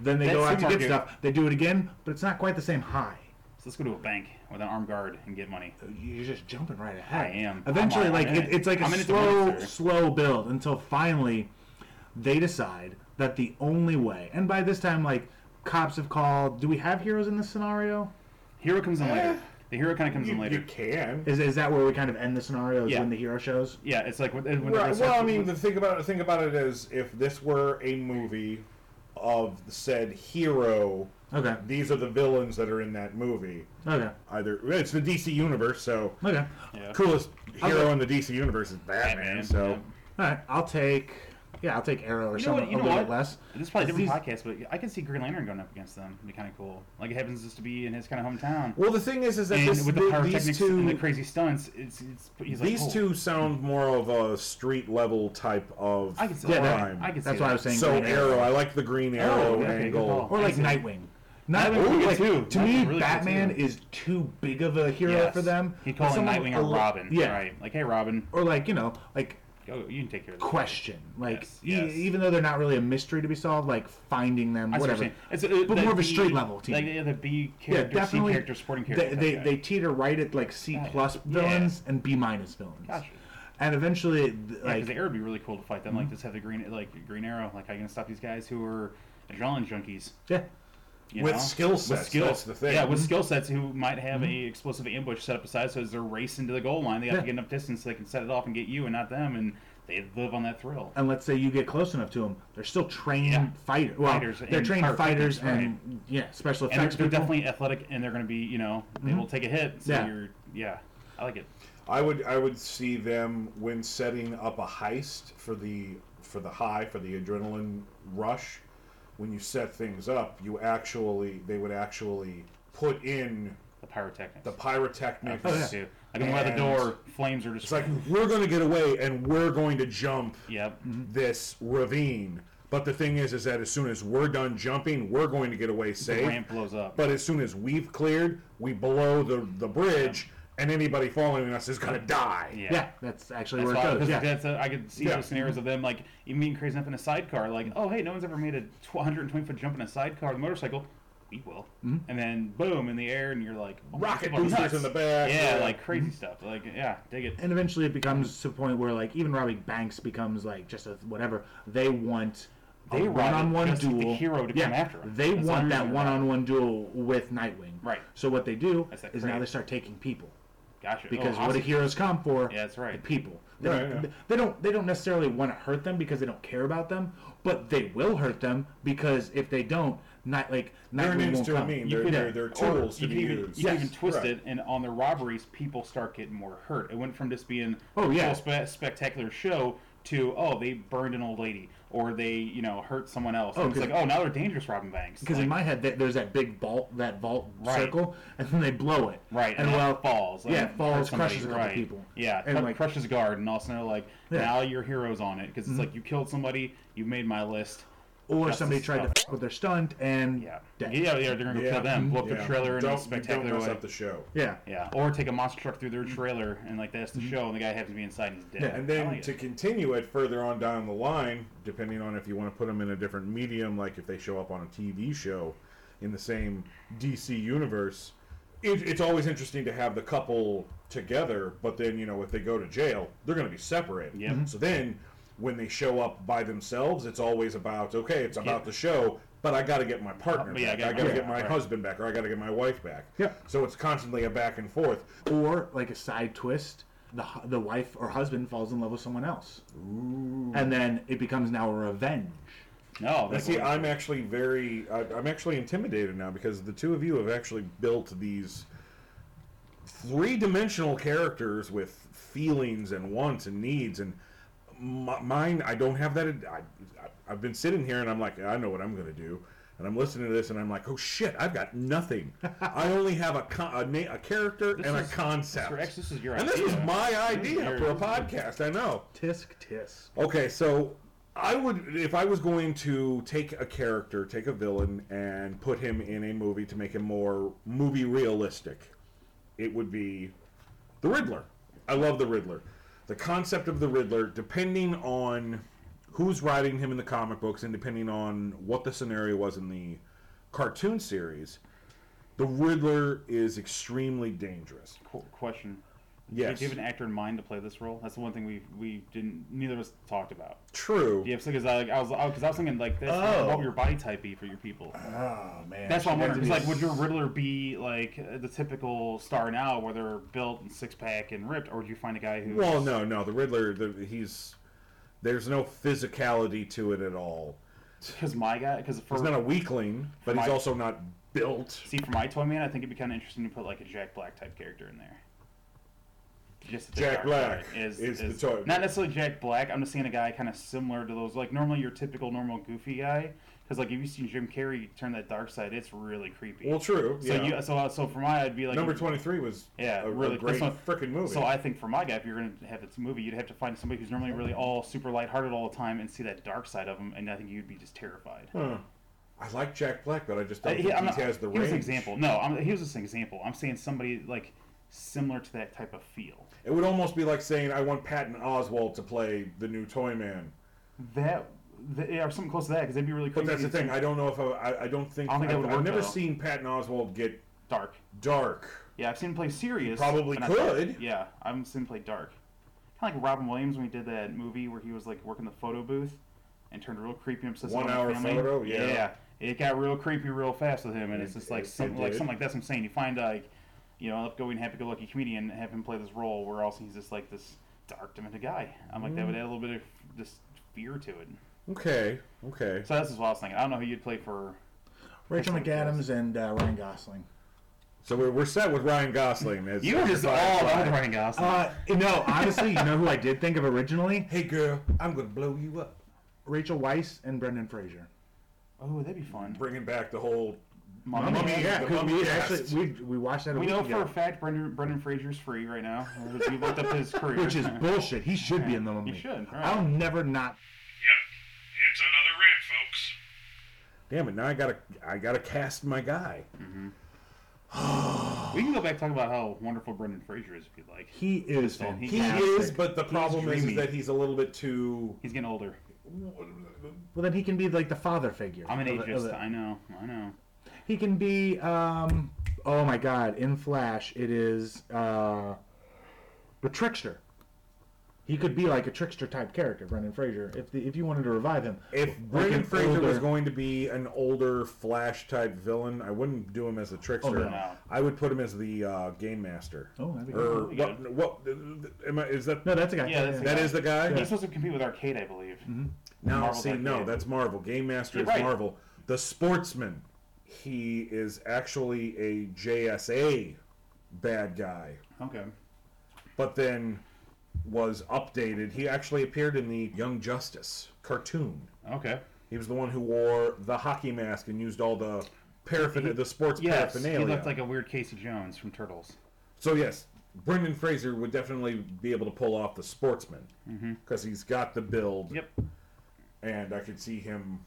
G: Then they
C: That
G: go out to get
C: supermarket-
G: stuff. They do it again, but it's not quite the same high.
C: So let's go to a bank with an armed guard and get money.
G: You're just jumping right ahead.
C: I am.
G: Eventually,
C: I'm all
G: like
C: in
G: it,
C: it.
G: it's like a
C: Oh I'm in it to win
G: slow,
C: it, sir.
G: slow build until finally they decide that the only way. And by this time, like cops have called. Do we have heroes in this scenario?
C: Hero comes in
F: Eh.
C: later. The hero kind of comes
F: You,
C: in
F: you
C: um, later.
F: can.
G: Is, is that where we kind of end the scenario? Is
C: Yeah.
G: when the hero shows.
C: Yeah, it's like when, when
F: Right,
C: the
F: well, I mean, the think about it. Think about it as if this were a movie of said hero.
G: Okay.
F: These are the villains that are in that movie.
G: Okay.
F: Either it's the DC universe, so
G: Okay.
F: coolest hero
G: Okay.
F: in the DC universe is Batman.
C: Batman,
F: so
C: yeah.
G: All right, I'll take. Yeah, I'll take Arrow or
C: You know
G: something
C: what? You
G: a
C: know
G: little
C: what?
G: bit less.
C: This is probably a
G: These-
C: different podcast, but I can see Green Lantern going up against them. It'd be kind of cool. Like it happens just to be in his kind of hometown.
F: Well, the thing is, is that
C: and
F: this,
C: with the
F: the-
C: pyrotechnics
F: these two,
C: and the crazy stunts, it's it's he's like
F: these
C: oh,
F: two sound more of a street level type of
C: I can see
G: Yeah, that-
F: crime.
C: I can see
G: That's why I was
C: that. Oh,
G: saying
F: so
G: Green
F: Arrow, I like the Green Arrow
C: okay, good
F: angle.
C: call.
G: or like
C: Easy.
G: Nightwing. Nightwing,
C: would be good
G: like,
C: too.
G: To
C: Nightwing's
G: me,
C: really good
G: Batman
C: too.
G: is too big of a hero
C: Yes.
G: for them.
C: He'd call him
G: Someone
C: Nightwing or
G: a li-
C: Robin.
G: Yeah,
C: Right. Like, hey, Robin,
G: or like you know, like
C: go, you can take care of this.
G: question, like
C: Yes,
G: e-
C: yes.
G: even though they're not really a mystery to be solved, like finding them,
C: I see what you're
G: whatever.
C: saying. It's, uh,
G: But
C: the
G: more of a
C: B-
G: street level team.
C: Like, yeah, the B
G: yeah,
C: character,
G: definitely.
C: C character, sporting character.
G: They they,
C: type guy.
G: they teeter right at like C plus villains and B minus villains.
C: Gotcha.
G: And eventually, th-
C: Yeah,
G: like Mm-hmm.
C: because the air would be really cool to fight them. Like, just have the green, like green arrow. Like, how you gonna stop these guys who are adrenaline junkies?
G: yeah,
C: You
F: With
C: know?
F: skill sets,
C: skill-
F: that's the thing. Mm-hmm.
C: Yeah, with skill sets, who might have a explosive ambush set up aside. So as they're racing to the goal line, they have
G: Yeah.
C: to get enough distance so they can set it off and get you and not them, and they live on that thrill.
G: and let's say you get close enough to them, they're still trained
C: Yeah.
G: fighter. Well,
C: Fighters
G: they're
C: and
G: trained fighters
C: pyrotechnics,
G: and yeah, special
C: and
G: effects
C: they're, they're
G: people.
C: definitely athletic, and they're gonna be, you know, they
F: Mm-hmm.
C: will take a hit. So
G: Yeah.
C: you're, yeah, I like it.
F: I would I would see them when setting up a heist for the for the high for the adrenaline rush. When you set things up, you actually they would actually put in
C: The pyrotechnics.
F: the pyrotechnics.
C: Oh, yeah. too. Like when we're at the
F: and
C: door, flames are just
F: Mm-hmm. It's like we're going to get away and we're going to jump
C: yep.
F: this ravine. But the thing is, is that as soon as we're done jumping, we're going to get away safe.
C: ramp blows up.
F: But as soon as we've cleared, we blow the the bridge, and anybody following us is gonna die.
C: Yeah.
G: Yeah, that's actually
C: That's why,
G: where it
C: because
G: goes. Yeah. Mm-hmm.
C: that's a, I could see
F: Yeah.
C: those scenarios of them like even being crazy enough in a sidecar, like, oh hey, no one's ever made a 120 foot jump in a sidecar on a motorcycle. We will,
G: Mm-hmm.
C: and then boom in the air, and you're like oh,
F: Rocket
C: people are
F: boosters
C: nuts.
F: in the back,
C: Yeah,
F: yeah.
C: like crazy
G: Mm-hmm.
C: stuff. Like yeah, dig it.
G: and eventually it becomes to the point where like even Robbie Banks becomes like just a whatever they want.
C: They
G: a
C: want
G: one-on-one
C: just like the hero to come after him.
G: They
C: That's
G: want
C: the
G: that
C: reason
G: one
C: they're
G: on one duel with Nightwing.
C: Right.
G: So what they do
C: That's that
G: is now
C: crave.
G: they start taking people
C: Gotcha.
G: because
C: oh,
G: what do
C: awesome.
G: heroes come for?
C: Yeah, that's right.
G: The people. They,
F: Right,
G: don't,
F: yeah.
G: they don't. They don't necessarily want to hurt them because they don't care about them, but they will hurt them because if they don't, not like
F: Their
G: Nightwing
F: names
G: won't
F: to a
G: come.
F: mean.
G: You
F: They're,
G: could-
F: they're, they're tools
C: you
F: to
C: can
F: be
C: even,
F: used.
C: You can even twist
F: Right.
C: it, and on the robberies, people start getting more hurt. It went from just being
G: Oh, yeah.
C: a spe- spectacular show to oh they burned an old lady or they you know hurt someone else.
G: Oh,
C: and it's
G: 'cause-
C: like oh now they're dangerous robbing banks
G: Because
C: like,
G: in my head, th there's that big vault, that vault
C: Right.
G: circle, and then they blow it.
C: right
G: And,
C: and,
G: well,
C: well falls like,
G: yeah,
C: hurt
G: falls,
C: somebody,
G: crushes a couple
C: right.
G: people.
C: yeah
G: And,
C: cru-
G: like-
C: crushes a guard and all of a sudden like
G: Yeah.
C: now your hero's on it
F: Mm-hmm.
C: because it's like you killed somebody you made my list
G: Or
C: That's
G: somebody
C: the
G: tried
C: stuff.
G: to f- with their stunt and
C: yeah yeah
G: dead.
C: yeah they're gonna go
F: Yeah.
C: kill them blow up
F: Yeah.
C: the trailer in
F: Don't-
C: a
F: you
C: spectacular
F: Don't
C: way
F: mess up the show.
G: Yeah.
C: Yeah, or take a monster truck through their trailer and like that's the show, and the guy happens to be inside and he's dead.
G: Yeah,
F: Mm-hmm. And
C: I
F: then
C: like
F: to
C: it.
F: continue it further on down the line, depending on if you want to put them in a different medium, like if they show up on a TV show in the same DC universe, it, it's always interesting to have the couple together. But then you know if they go to jail, they're going to be separated.
C: Yep. Mhm.
F: So then when they show up by themselves, it's always about okay, it's about the show. But I got to get my partner
C: Yeah, I
F: back. I
C: gotta
F: got to
C: get
F: get
C: my-
F: my
C: right.
F: husband back, or I got to get my wife back.
G: Yeah.
F: So it's constantly a back and forth.
G: Or like a side twist, the hu- the wife or husband falls in love with someone else, and then it becomes now a revenge.
C: no,
F: I
C: that's
F: see. I'm actually very. I, I'm actually intimidated now because the two of you have actually built these three-dimensional characters with feelings and wants and needs. And my, mine, I don't have that. I, I, I've been sitting here and I'm like, I know what I'm going to do. And I'm listening to this and I'm like, oh shit, I've got nothing. I only have a con- a, na- a character and
C: is-
F: a concept.
C: this is- this is your
F: and this was
C: idea.
F: my
C: This is
F: idea
C: your-
F: for a podcast. I know.
G: Tisk tisk.
F: Okay, so I would, if I was going to take a character, take a villain, and put him in a movie to make him more movie realistic, it would be the Riddler. I love the Riddler. The concept of the Riddler, depending on who's writing him in the comic books and depending on what the scenario was in the cartoon series, the Riddler is extremely dangerous.
C: cool question.
F: Yes.
C: Do you have an actor in mind to play this role? That's the one thing we we didn't neither of us talked about.
F: True.
C: Do you have because I, like, I was because I was thinking like this,
G: Oh.
C: what would your body type be for your people?
G: Oh man.
C: that's what I'm
G: She
C: wondering.
G: had to
C: 'cause,
G: be
C: like, would your Riddler be like uh, the typical star now, where they're built and six pack and ripped, or would you find a guy who?
F: Well, no, no. The Riddler, the, he's there's no physicality to it at all.
C: Because my guy, because for
F: He's not a weakling, but he's
C: My-
F: also not built.
C: see for my Toy Man, I think it'd be kind of interesting to put like a Jack Black type character in there. Just the
F: Jack
C: dark
F: Black
C: side
F: is the Toy Man.
C: Not necessarily Jack Black. I'm just seeing a guy kind of similar to those, like normally your typical normal goofy guy. Because like if you seen Jim Carrey turn that dark side, it's really creepy.
F: Well, true.
C: So
F: yeah.
C: you, so uh, so for my, I'd be like
F: Number twenty three was
C: Yeah,
F: a, a
C: really
F: great
C: that's what-
F: freaking movie.
C: So I think for my guy, if you're gonna have this movie, you'd have to find somebody who's normally really all super lighthearted all the time and see that dark side of him, and I think you'd be just terrified.
F: I like Jack Black, but I just
C: Uh,
F: don't
C: he-
F: think
C: I'm
F: he
C: not-
F: has Oh, the
C: he was
F: range.
C: an example. No, I'm, he was just an example. I'm saying somebody like similar to that type of feel.
F: It would almost be like saying I want Patton Oswald to play the new Toy Man.
C: That, th yeah, or something close to that because they'd be really
F: But
C: crazy.
F: that's the
C: if
F: thing.
C: it's
F: I don't know if I. I, I don't think.
C: I don't think that would
F: have
C: work,
F: never
C: though.
F: seen Patton Oswald get
C: dark.
F: dark.
C: Yeah, I've seen him play serious.
F: probably
C: but not dark.
F: could.
C: Yeah, I've seen him play dark. Kind of like Robin Williams when he did that movie where he was like working the photo booth and turned real creepy obsessive
F: One
C: on the
F: hour
C: family.
F: photo, yeah.
C: It got real creepy real fast with him, and it's just like
F: it- it
C: something like
F: did.
C: something like that's what I'm saying. You find like, you know, an upgoing happy-go-lucky comedian and have him play this role where also he's just like this dark, demented guy. I'm like
F: Mm.
C: that would add a little bit of just fear to it.
F: Okay. Okay.
C: So that's just what I was thinking. I don't know who you'd play for.
G: Rachel McAdams and uh, Ryan Gosling.
F: So we're, we're set with Ryan Gosling. As
C: You were just all
F: Firefly.
C: about Ryan Gosling.
G: Uh, no, honestly, you know who I did think of originally?
F: Hey girl, I'm gonna blow you up.
G: Rachel Weisz and Brendan Fraser.
C: oh, that'd be fun.
F: Bringing back the whole
C: Mummy. Mummy,
F: yeah, the
G: because
F: mummy
G: we
F: cast.
G: actually we, we watched that.
C: We
G: A week
C: know for
G: ago,
C: a fact Brendan, Brendan Fraser's free right now. because We looked up his career.
G: which is bullshit. He should be in the movie.
C: should, right.
G: I'll never not
E: Yep, it's another rant,
F: damn it! Now I gotta I gotta cast my guy.
C: We can go back and talk about how wonderful Brendan Fraser is if you'd like.
G: He is
C: He
G: fantastic.
F: He is, but the
C: He's
F: problem is, is
C: dreamy.
F: that he's a little bit too.
C: He's getting older.
G: well, then he can be like the father figure.
C: I'm an
G: of the- of
C: ageist.
G: the-
C: I know. I know.
G: He can be. um Oh my God! In Flash, it is uh the trickster. He could be like a trickster type character, Brendan Fraser. If the, if you wanted to revive him,
F: If
G: Like
F: Brendan
G: an
F: Fraser was
G: older-
F: going to be an older Flash type villain, I wouldn't do him as a trickster.
C: no.
F: I would put him as the uh, game master.
G: Oh, that'd be
F: or
C: good.
F: what? what am I, is that?
G: no, that's a guy.
C: Yeah, that's a
F: that is the guy.
C: He's supposed to compete with Arcade, I believe.
F: Now,
C: Marvel's
F: see,
C: like,
F: no,
C: yeah.
F: that's Marvel. Game Master is
C: You're right.
F: Marvel. The Sportsman, he is actually a JSA bad guy,
C: Okay.
F: but then was updated. He actually appeared in the Young Justice cartoon.
C: Okay.
F: He was the one who wore the hockey mask and used all the paraphernalia, the sports
C: Yes, he
F: paraphernalia.
C: looked like a weird Casey Jones from Turtles.
F: So yes, Brendan Fraser would definitely be able to pull off the sportsman because he's got the build.
C: Mm-hmm. Yep.
F: and I could see him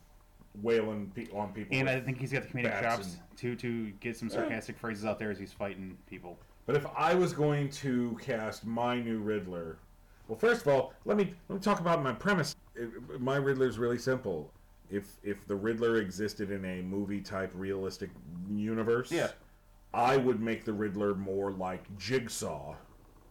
F: wailing pe- on people.
C: And
F: with-
C: I think he's got the comedic
F: Bats
C: chops to to get some sarcastic phrases out there as he's fighting people.
F: But if I was going to cast my new Riddler, well, first of all, let me let me talk about my premise. It- my Riddler is really simple. If if the Riddler existed in a movie type realistic universe,
C: Yeah.
F: I would make the Riddler more like Jigsaw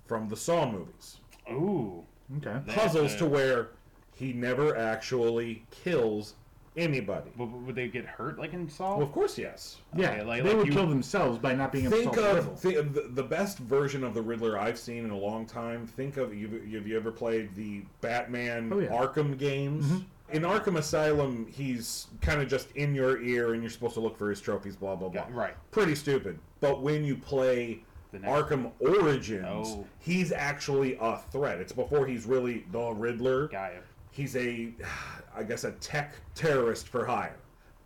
F: from the Saw movies.
C: Ooh.
G: Okay.
F: Puzzles
C: uh,
F: to where he never actually kills anybody.
C: But would they get hurt like in Saw?
F: Well, of course, yes.
G: Yeah,
C: Okay, like-
G: they
C: like
G: would
C: you-
G: kill themselves by not being able
F: Think
G: to solve the riddle.
F: of th- the the best version of the Riddler I've seen in a long time. Think of you've, have you ever played the Batman
G: Oh, yeah.
F: Arkham games?
C: Mm-hmm.
F: In Arkham Asylum, he's kind of just in your ear, and you're supposed to look for his trophies. Blah blah blah.
C: Yeah, right.
F: Pretty stupid. But when you play
C: The next-
F: Arkham Origins,
C: Oh.
F: he's actually a threat. It's before he's really the Riddler
C: Gaia.
F: he's a i guess a tech terrorist for hire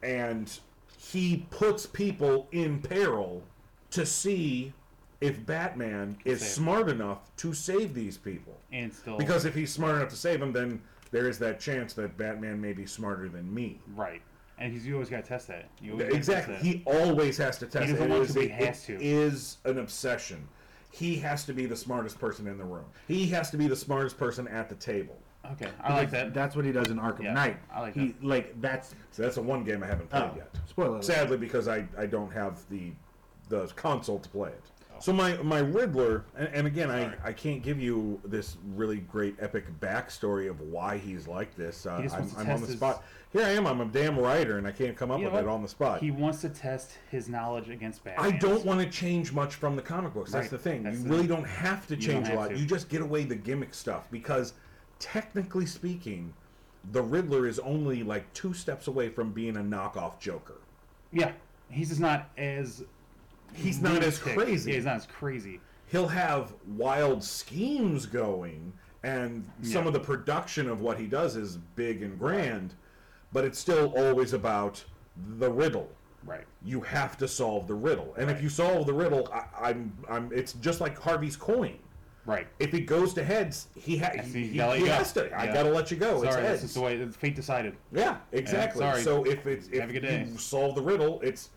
F: and he puts people in peril to see if batman is
C: Save.
F: smart enough to save these people
C: And still.
F: because if he's smart enough to save them then there is that chance that batman may be smarter than me
C: Right. And he's, you always got to test that. You always gotta test
F: exactly
C: that.
F: he always has to test
C: He doesn't
F: it.
C: want
F: It is
C: to, but he
F: a-
C: has
F: it
C: to.
F: is an obsession he has to be the smartest person in the room he has to be the smartest person at the table
C: Okay. I like that.
G: That's what he does in Arkham
C: Yeah,
G: Knight.
C: I like
G: he, Like that's
F: So that's the one game I haven't played
G: oh,
F: yet.
G: spoiler. alert.
F: Sadly, because I, I don't have the the console to play it. So my my Riddler, and, and again I, I can't give you this really great epic backstory of why he's like this. Uh,
C: He just
F: I'm,
C: wants to
F: I'm on
C: test
F: the
C: his-
F: spot. Here I am. I'm a damn writer, and I can't come up
C: You
F: with
C: know
F: it
C: what?
F: on the spot.
C: He wants to test his knowledge against Batman.
F: I don't want to change much from the comic books. That's
C: Right.
F: the thing.
C: That's
F: you
C: the-
F: really don't have to
C: don't
F: change a
C: have
F: lot.
C: to.
F: You just get away the gimmick stuff because, technically speaking, the Riddler is only like two steps away from being a knockoff Joker.
C: Yeah. He's just not as.
F: He's not as
C: lunatic.
F: crazy.
C: Yeah, he's not as crazy.
F: He'll have wild schemes going, and some of the production of what he does is big and grand, but it's still always about the riddle.
C: Right.
F: You have to solve the riddle, and if you solve the riddle, I, I'm, I'm. It's just like Harvey's coin.
C: Right.
F: If it goes to heads, he, ha-
C: I see,
F: he,
C: you gotta let
F: he
C: you go.
F: has to. I
C: Yeah.
F: gotta let you go. it's
C: Sorry,
F: heads.
C: this is the way the fate decided.
F: Yeah, exactly.
C: sorry.
F: So if it's if
C: Have a good day.
F: you solve the riddle, it's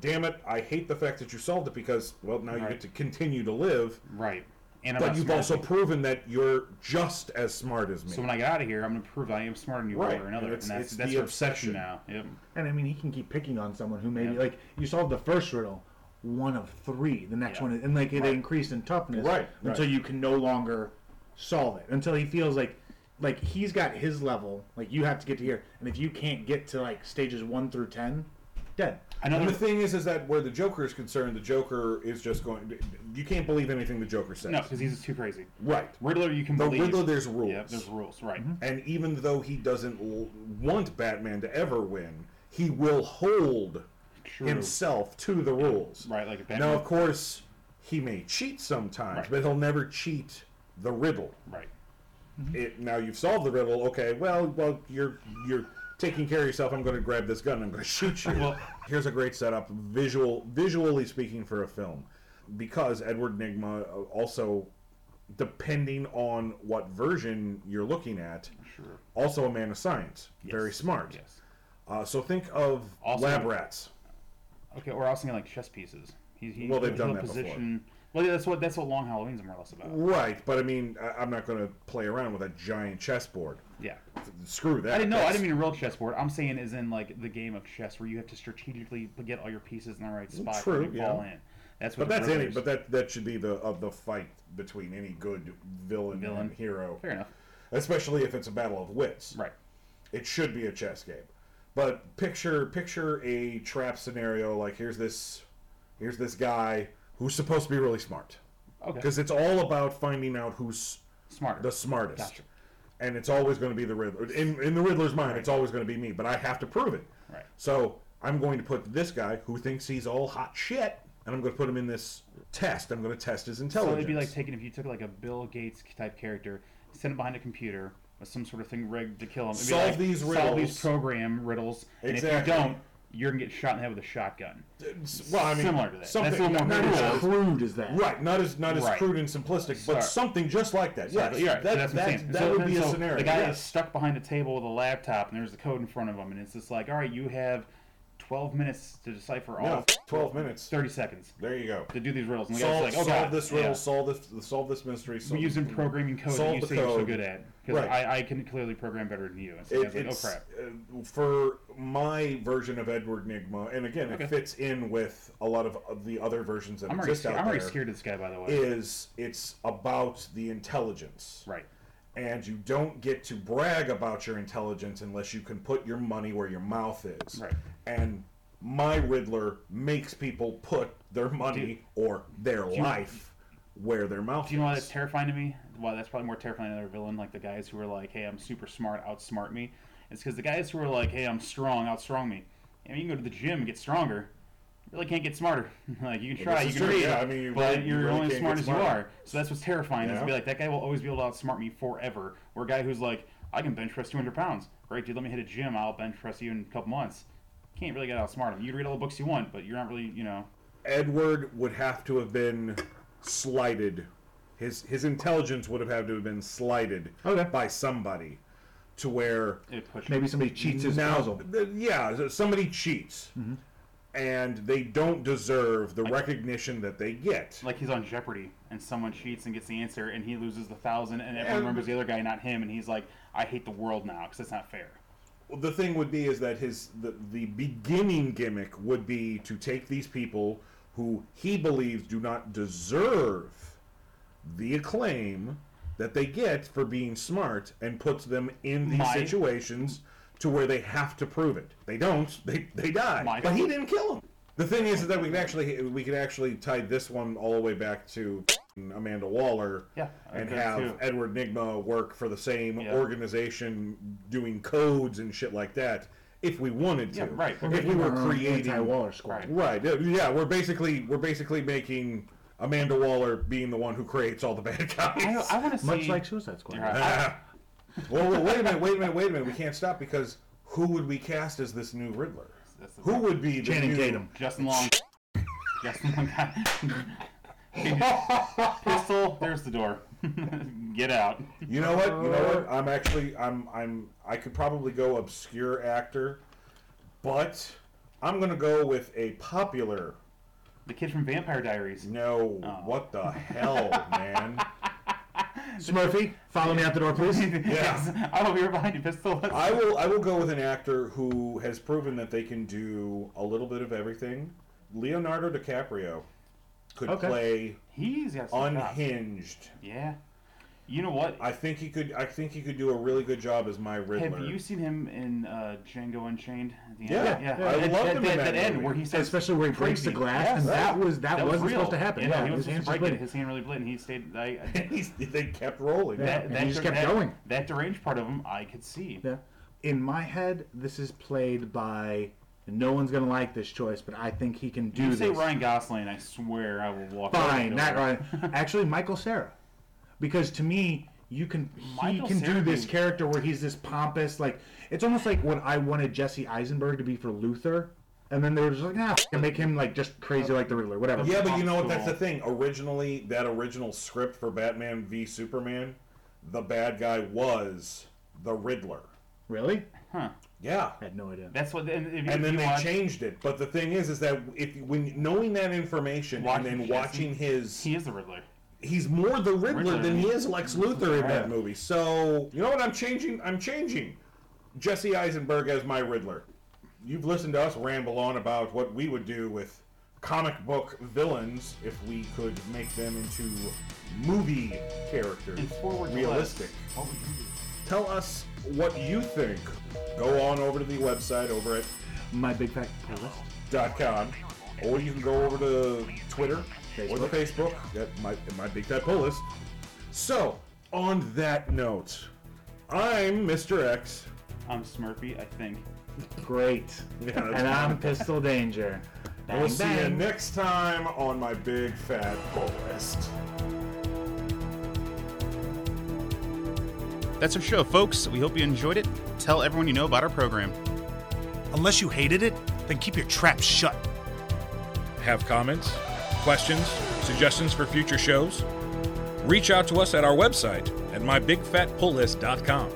F: damn it, I hate the fact that you solved it because well now you
C: Right.
F: get to continue to live.
C: Right. And I'm
F: But
C: not
F: you've
C: smart.
F: also proven that you're just as smart as me.
C: So when I get out of here, I'm gonna prove I am smarter than you
F: Right.
C: are, or another.
F: And it's-
C: and that's
F: it's
C: that's
F: the
C: your obsession
F: obsession.
C: now. Yep.
G: And I mean, he can keep picking on someone who maybe
C: Yeah.
G: like you solved the first riddle, one of three. The next
C: Yeah.
G: one, is, and like they increase in toughness,
F: Right,
G: Until
F: right.
G: you can no longer solve it. Until he feels like, like he's got his level. Like you have to get to here, and if you can't get to like stages one through ten, dead.
F: and
C: Another
F: the thing is, is that where the Joker is concerned, the Joker is just going. You can't believe anything the Joker says.
C: no, because he's too crazy.
F: Right.
C: Riddler, you can
F: The
C: believe.
F: Riddler, there's rules. Mm-hmm.
C: Yep, there's rules. Right.
F: And even though he doesn't l- want Batman to ever win, he will hold
C: True.
F: himself to the rules.
C: Right, like if
F: Now,
C: Batman-
F: of course, he may cheat sometimes,
C: Right.
F: but he'll never cheat the riddle.
C: Right.
F: It, now you've solved the riddle. Okay, well, well, you're you're taking care of yourself. I'm going to grab this gun. and I'm going to shoot you.
C: Well-
F: here's a great setup, visual visually speaking, for a film, because Edward Nigma uh, also, depending on what version you're looking at,
C: Sure.
F: also a man of science, very smart.
C: Yes.
F: Uh, so think of
C: Also-
F: lab rats.
C: Okay, or I was thinking like chess pieces. He, he,
F: Well, they've
C: he'll
F: done that before.
C: Well, yeah, that's what that's what Long Halloween's more or less about.
F: Right, but I mean, I, I'm not going to play around with a giant chessboard.
C: Yeah,
F: Screw that.
C: I didn't know. I
F: That's-
C: didn't mean a real chessboard. I'm saying is in like the game of chess where you have to strategically get all your pieces in the right spot
F: true,
C: when you
F: yeah.
C: fall in. That's what.
F: But
C: the
F: that's any.
C: brothers-
F: But that that should be the of the fight between any good villain,
C: Villain.
F: and hero.
C: fair enough.
F: Especially if it's a battle of wits.
C: Right.
F: It should be a chess game. But picture picture a trap scenario like here's this here's this guy who's supposed to be really smart.
C: Okay.
F: Because it's all about finding out who's
C: Smarter.
F: the smartest.
C: Gotcha.
F: And it's always going to be the Riddler. In, in the Riddler's mind, it's always going to be me, but I have to prove it.
C: Right.
F: So I'm going to put this guy who thinks he's all hot shit, and I'm going to put him in this test. I'm going to test his
C: So
F: intelligence.
C: it'd be like taking if you took like a Bill Gates type character, sent him behind a computer with some sort of thing rigged to kill him. It'd be
F: Solve
C: like,
F: these
C: Solve these
F: riddles."
C: program riddles, and if
F: Exactly.
C: you don't, you're gonna get shot in the head with a shotgun.
F: well, I mean,
C: similar to that. That's
F: Something
C: a little more
F: not
C: visual.
F: as
C: Yes.
G: Crude as that.
F: Right, not as not as
C: Right.
F: crude and simplistic, but
C: Sorry.
F: something just like that. Yeah,
C: You're right.
F: that,
C: so that's what I'm saying.
F: that, that
C: So-
F: would be a
C: so
F: scenario.
C: The guy
F: yes.
C: is stuck behind a table with a laptop, and there's the code in front of him, and it's just like, all right, you have 12 minutes to decipher all
F: No, 12 minutes.
C: 30 seconds
F: There you go.
C: to do these riddles. And the
F: Solve,
C: guy's like, oh,
F: solve
C: God.
F: this riddle. Solve this. Solve this mystery.
C: Yeah.
F: Solve
C: We're using programming code that
F: solve
C: you
F: the
C: say you're so
F: code.
C: good at. Because
F: Right.
C: I, I can clearly program better than you. And so the guy's
F: It,
C: like, oh,
F: it's,
C: crap.
F: uh, for my version of Edward Nigma, and again,
C: Okay.
F: it fits in with a lot of of the other versions that
C: I'm already,
F: exist
C: scared,
F: out
C: I'm already
F: there,
C: scared of this guy, by the way.
F: Is it's about the intelligence,
C: right.
F: and you don't get to brag about your intelligence unless you can put your money where your mouth is,
C: Right.
F: And my Riddler makes people put their money or their life where their mouth
C: Do you know why
F: is.
C: that's terrifying to me? Well, that's probably more terrifying than other villain, like the guys who are like, "Hey, I'm super smart, outsmart me." It's because the guys who are like, "Hey, I'm strong, outstrong me." I mean, you can go to the gym and get stronger. You really can't get smarter. like you can try,
F: this
C: you
F: is
C: can
F: true,
C: read,
F: yeah, I mean, you
C: but
F: really- you
C: you're
F: really
C: only
F: can't
C: as smart
F: get
C: as you
F: smarter.
C: are. So that's what's terrifying. Is to
F: Yeah.
C: be like, that guy will always be able to outsmart me forever. Where a guy who's like, "I can bench press 200 pounds." Great, dude. Let me hit a gym. I'll bench press you in a couple months. Can't really get outsmart him. You read all the books you want, but you're not really, you know.
F: Edward would have to have been slighted. His his intelligence would have had to have been slighted
G: Okay.
F: by somebody to where
C: It pushes.
G: Maybe somebody cheats his
F: now
G: puzzle.
F: th- yeah so somebody cheats and they don't deserve the recognition that they get.
C: like he's on Jeopardy and someone cheats and gets the answer and he loses the thousand and everyone
F: And-
C: remembers the other guy, not him, and he's like, I hate the world now because that's not fair.
F: the thing would be is that his the, the beginning gimmick would be to take these people who he believes do not deserve the acclaim that they get for being smart and puts them in these
C: My-
F: situations to where they have to prove it. They don't. They they die.
C: My-
F: but he didn't kill them. The thing is that we can actually we can actually tie this one all the way back to Amanda Waller
C: Yeah, I
F: and
C: agree
F: have
C: too.
F: Edward Nigma work for the same
C: Yeah.
F: organization doing codes and shit like that if we wanted to.
C: Yeah, right.
F: If we were
G: Our own
F: creating
G: anti-Waller squad.
C: Right.
F: Right. uh, Yeah, we're basically we're basically making Amanda Waller being the one who creates all the bad guys.
C: I, I want to see.
G: Much like Suicide Squad.
C: You're right.
F: Ah. well, well, wait a minute, wait a minute, wait a minute. We can't stop because who would we cast as this new Riddler?
C: That's the-
F: Who would be the
G: Channing
F: new-
G: Tatum.
C: Justin Long. Justin Long got. Pistol, there's the door. Get out.
F: You know what? You know what? I'm actually I'm I'm I could probably go obscure actor, but I'm gonna go with a popular.
C: The kid from Vampire Diaries.
F: No,
C: Oh.
F: what the hell, man?
G: Smurfy, follow me out the door, please. Uh,
F: Yeah.
C: I will be right behind you, Pistol. Let's-
F: I will I will go with an actor who has proven that they can do a little bit of everything. Leonardo DiCaprio could
G: Okay.
F: play
C: He's got some chops.
F: unhinged.
C: Yeah. You know what?
F: I think he could I think he could do a really good job as my Riddler.
C: Have you seen him in uh, Django Unchained? At the end?
F: Yeah, yeah. I
C: That-
F: loved
C: that,
F: him in
C: that,
F: that
C: end
F: movie.
C: where he says,
G: Especially where he breaks the
C: Crazy.
G: glass, and
F: Yes.
G: that was that,
C: that
G: wasn't
C: real.
G: supposed to happen.
C: Yeah,
G: Yeah,
C: he was
G: his
C: supposed
G: hands
C: to break
G: were
C: it.
G: bleeding.
C: His hand really bled, and he stayed. I, I,
F: He's- they kept rolling.
C: that,
G: and
C: that,
G: he just kept
C: that,
G: going.
C: That deranged part of him, I could see.
G: Yeah. In my head, this is played by. No one's gonna like this choice, but I think he can do
C: You
G: this.
C: say Ryan Gosling, I swear I will walk. out the
G: Fine, not
C: door.
G: Ryan. Actually, Michael Sarah, because to me, you can
C: Michael
G: he can
C: Cera
G: do this
C: can-
G: character where he's this pompous, like it's almost like what I wanted Jesse Eisenberg to be for Luther, and then they were just like, nah, f- it, make him like just crazy like the Riddler, whatever.
F: Yeah, but you know what?
C: Cool.
F: That's the thing. Originally, that original script for Batman v Superman, the bad guy was the Riddler.
G: Really?
C: Huh.
F: Yeah.
G: I had no idea.
C: That's what. And, if you,
F: And then
C: you
F: they
C: watch,
F: changed it. But the thing is, is that if you- when knowing that information
C: Watching
F: and then
C: Jesse-
F: watching his,
C: He is the Riddler.
F: he's more the Riddler,
C: Riddler.
F: than he is Lex Luthor in
G: Right.
F: that movie. So you know what? I'm changing. I'm changing Jesse Eisenberg as my Riddler. You've listened to us ramble on about what we would do with comic book villains if we could make them into movie characters,
C: In forward
F: realistic.
C: What would you do?
F: Tell us what you think. Go on over to the website over at
G: My big fact playlist.
F: dot com, or you can go over to Twitter or the
G: Facebook.
F: Facebook. That might it might be that pull list. So on that note, I'm Mr. X.
C: I'm Smurfy, I think.
G: Great.
F: Yeah, that's
G: and I'm Pistol Danger.
F: We'll
G: Bang,
F: see you
G: bang.
F: next time on my big fat pull list.
H: That's our show, folks. We hope you enjoyed it. Tell everyone you know about our program.
B: Unless you hated it, then keep your trap shut.
D: Have comments, questions, suggestions for future shows? Reach out to us at our website at mybigfatpulllist.com.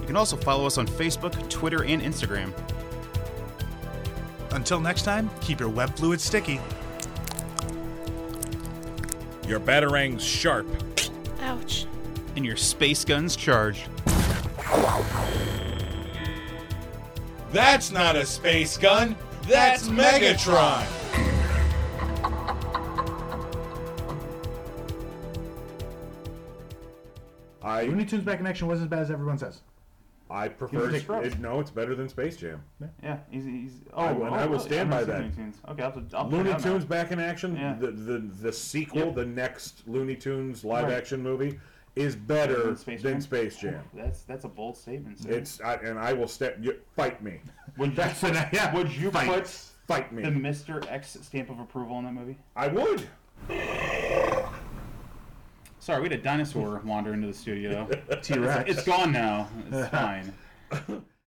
H: You can also follow us on Facebook, Twitter, and Instagram.
B: Until next time, keep your web fluid sticky.
D: Your batarangs sharp.
I: Ouch.
H: And your space guns charged.
J: That's not a space gun. That's Megatron.
F: I
G: Looney Tunes Back in Action wasn't as bad as everyone says.
F: I prefer
G: take
F: sp- it, no, it's better than Space Jam.
C: Yeah, he's. he's oh,
F: I will-
C: oh,
F: I will
C: oh,
F: stand
C: yeah,
F: by
C: I've seen
F: that.
C: Looney Tunes. Okay, I'll, have to- I'll put it
F: Looney
C: down now.
F: Tunes back in action.
C: Yeah.
F: The, the the sequel,
C: Yep.
F: the next Looney Tunes live
C: Right.
F: action movie, is better
C: Than Space Jam?
F: than Space Jam.
C: That's that's a bold statement. Sir.
F: It's I, and I will step. You, fight me.
C: would you put, would you
F: fight,
C: put
F: fight
C: the
F: me?
C: Mr. X stamp of approval on that movie?
F: I would.
C: Sorry, we had a dinosaur wander into the studio. though.
G: T Rex.
C: it's gone now. It's fine.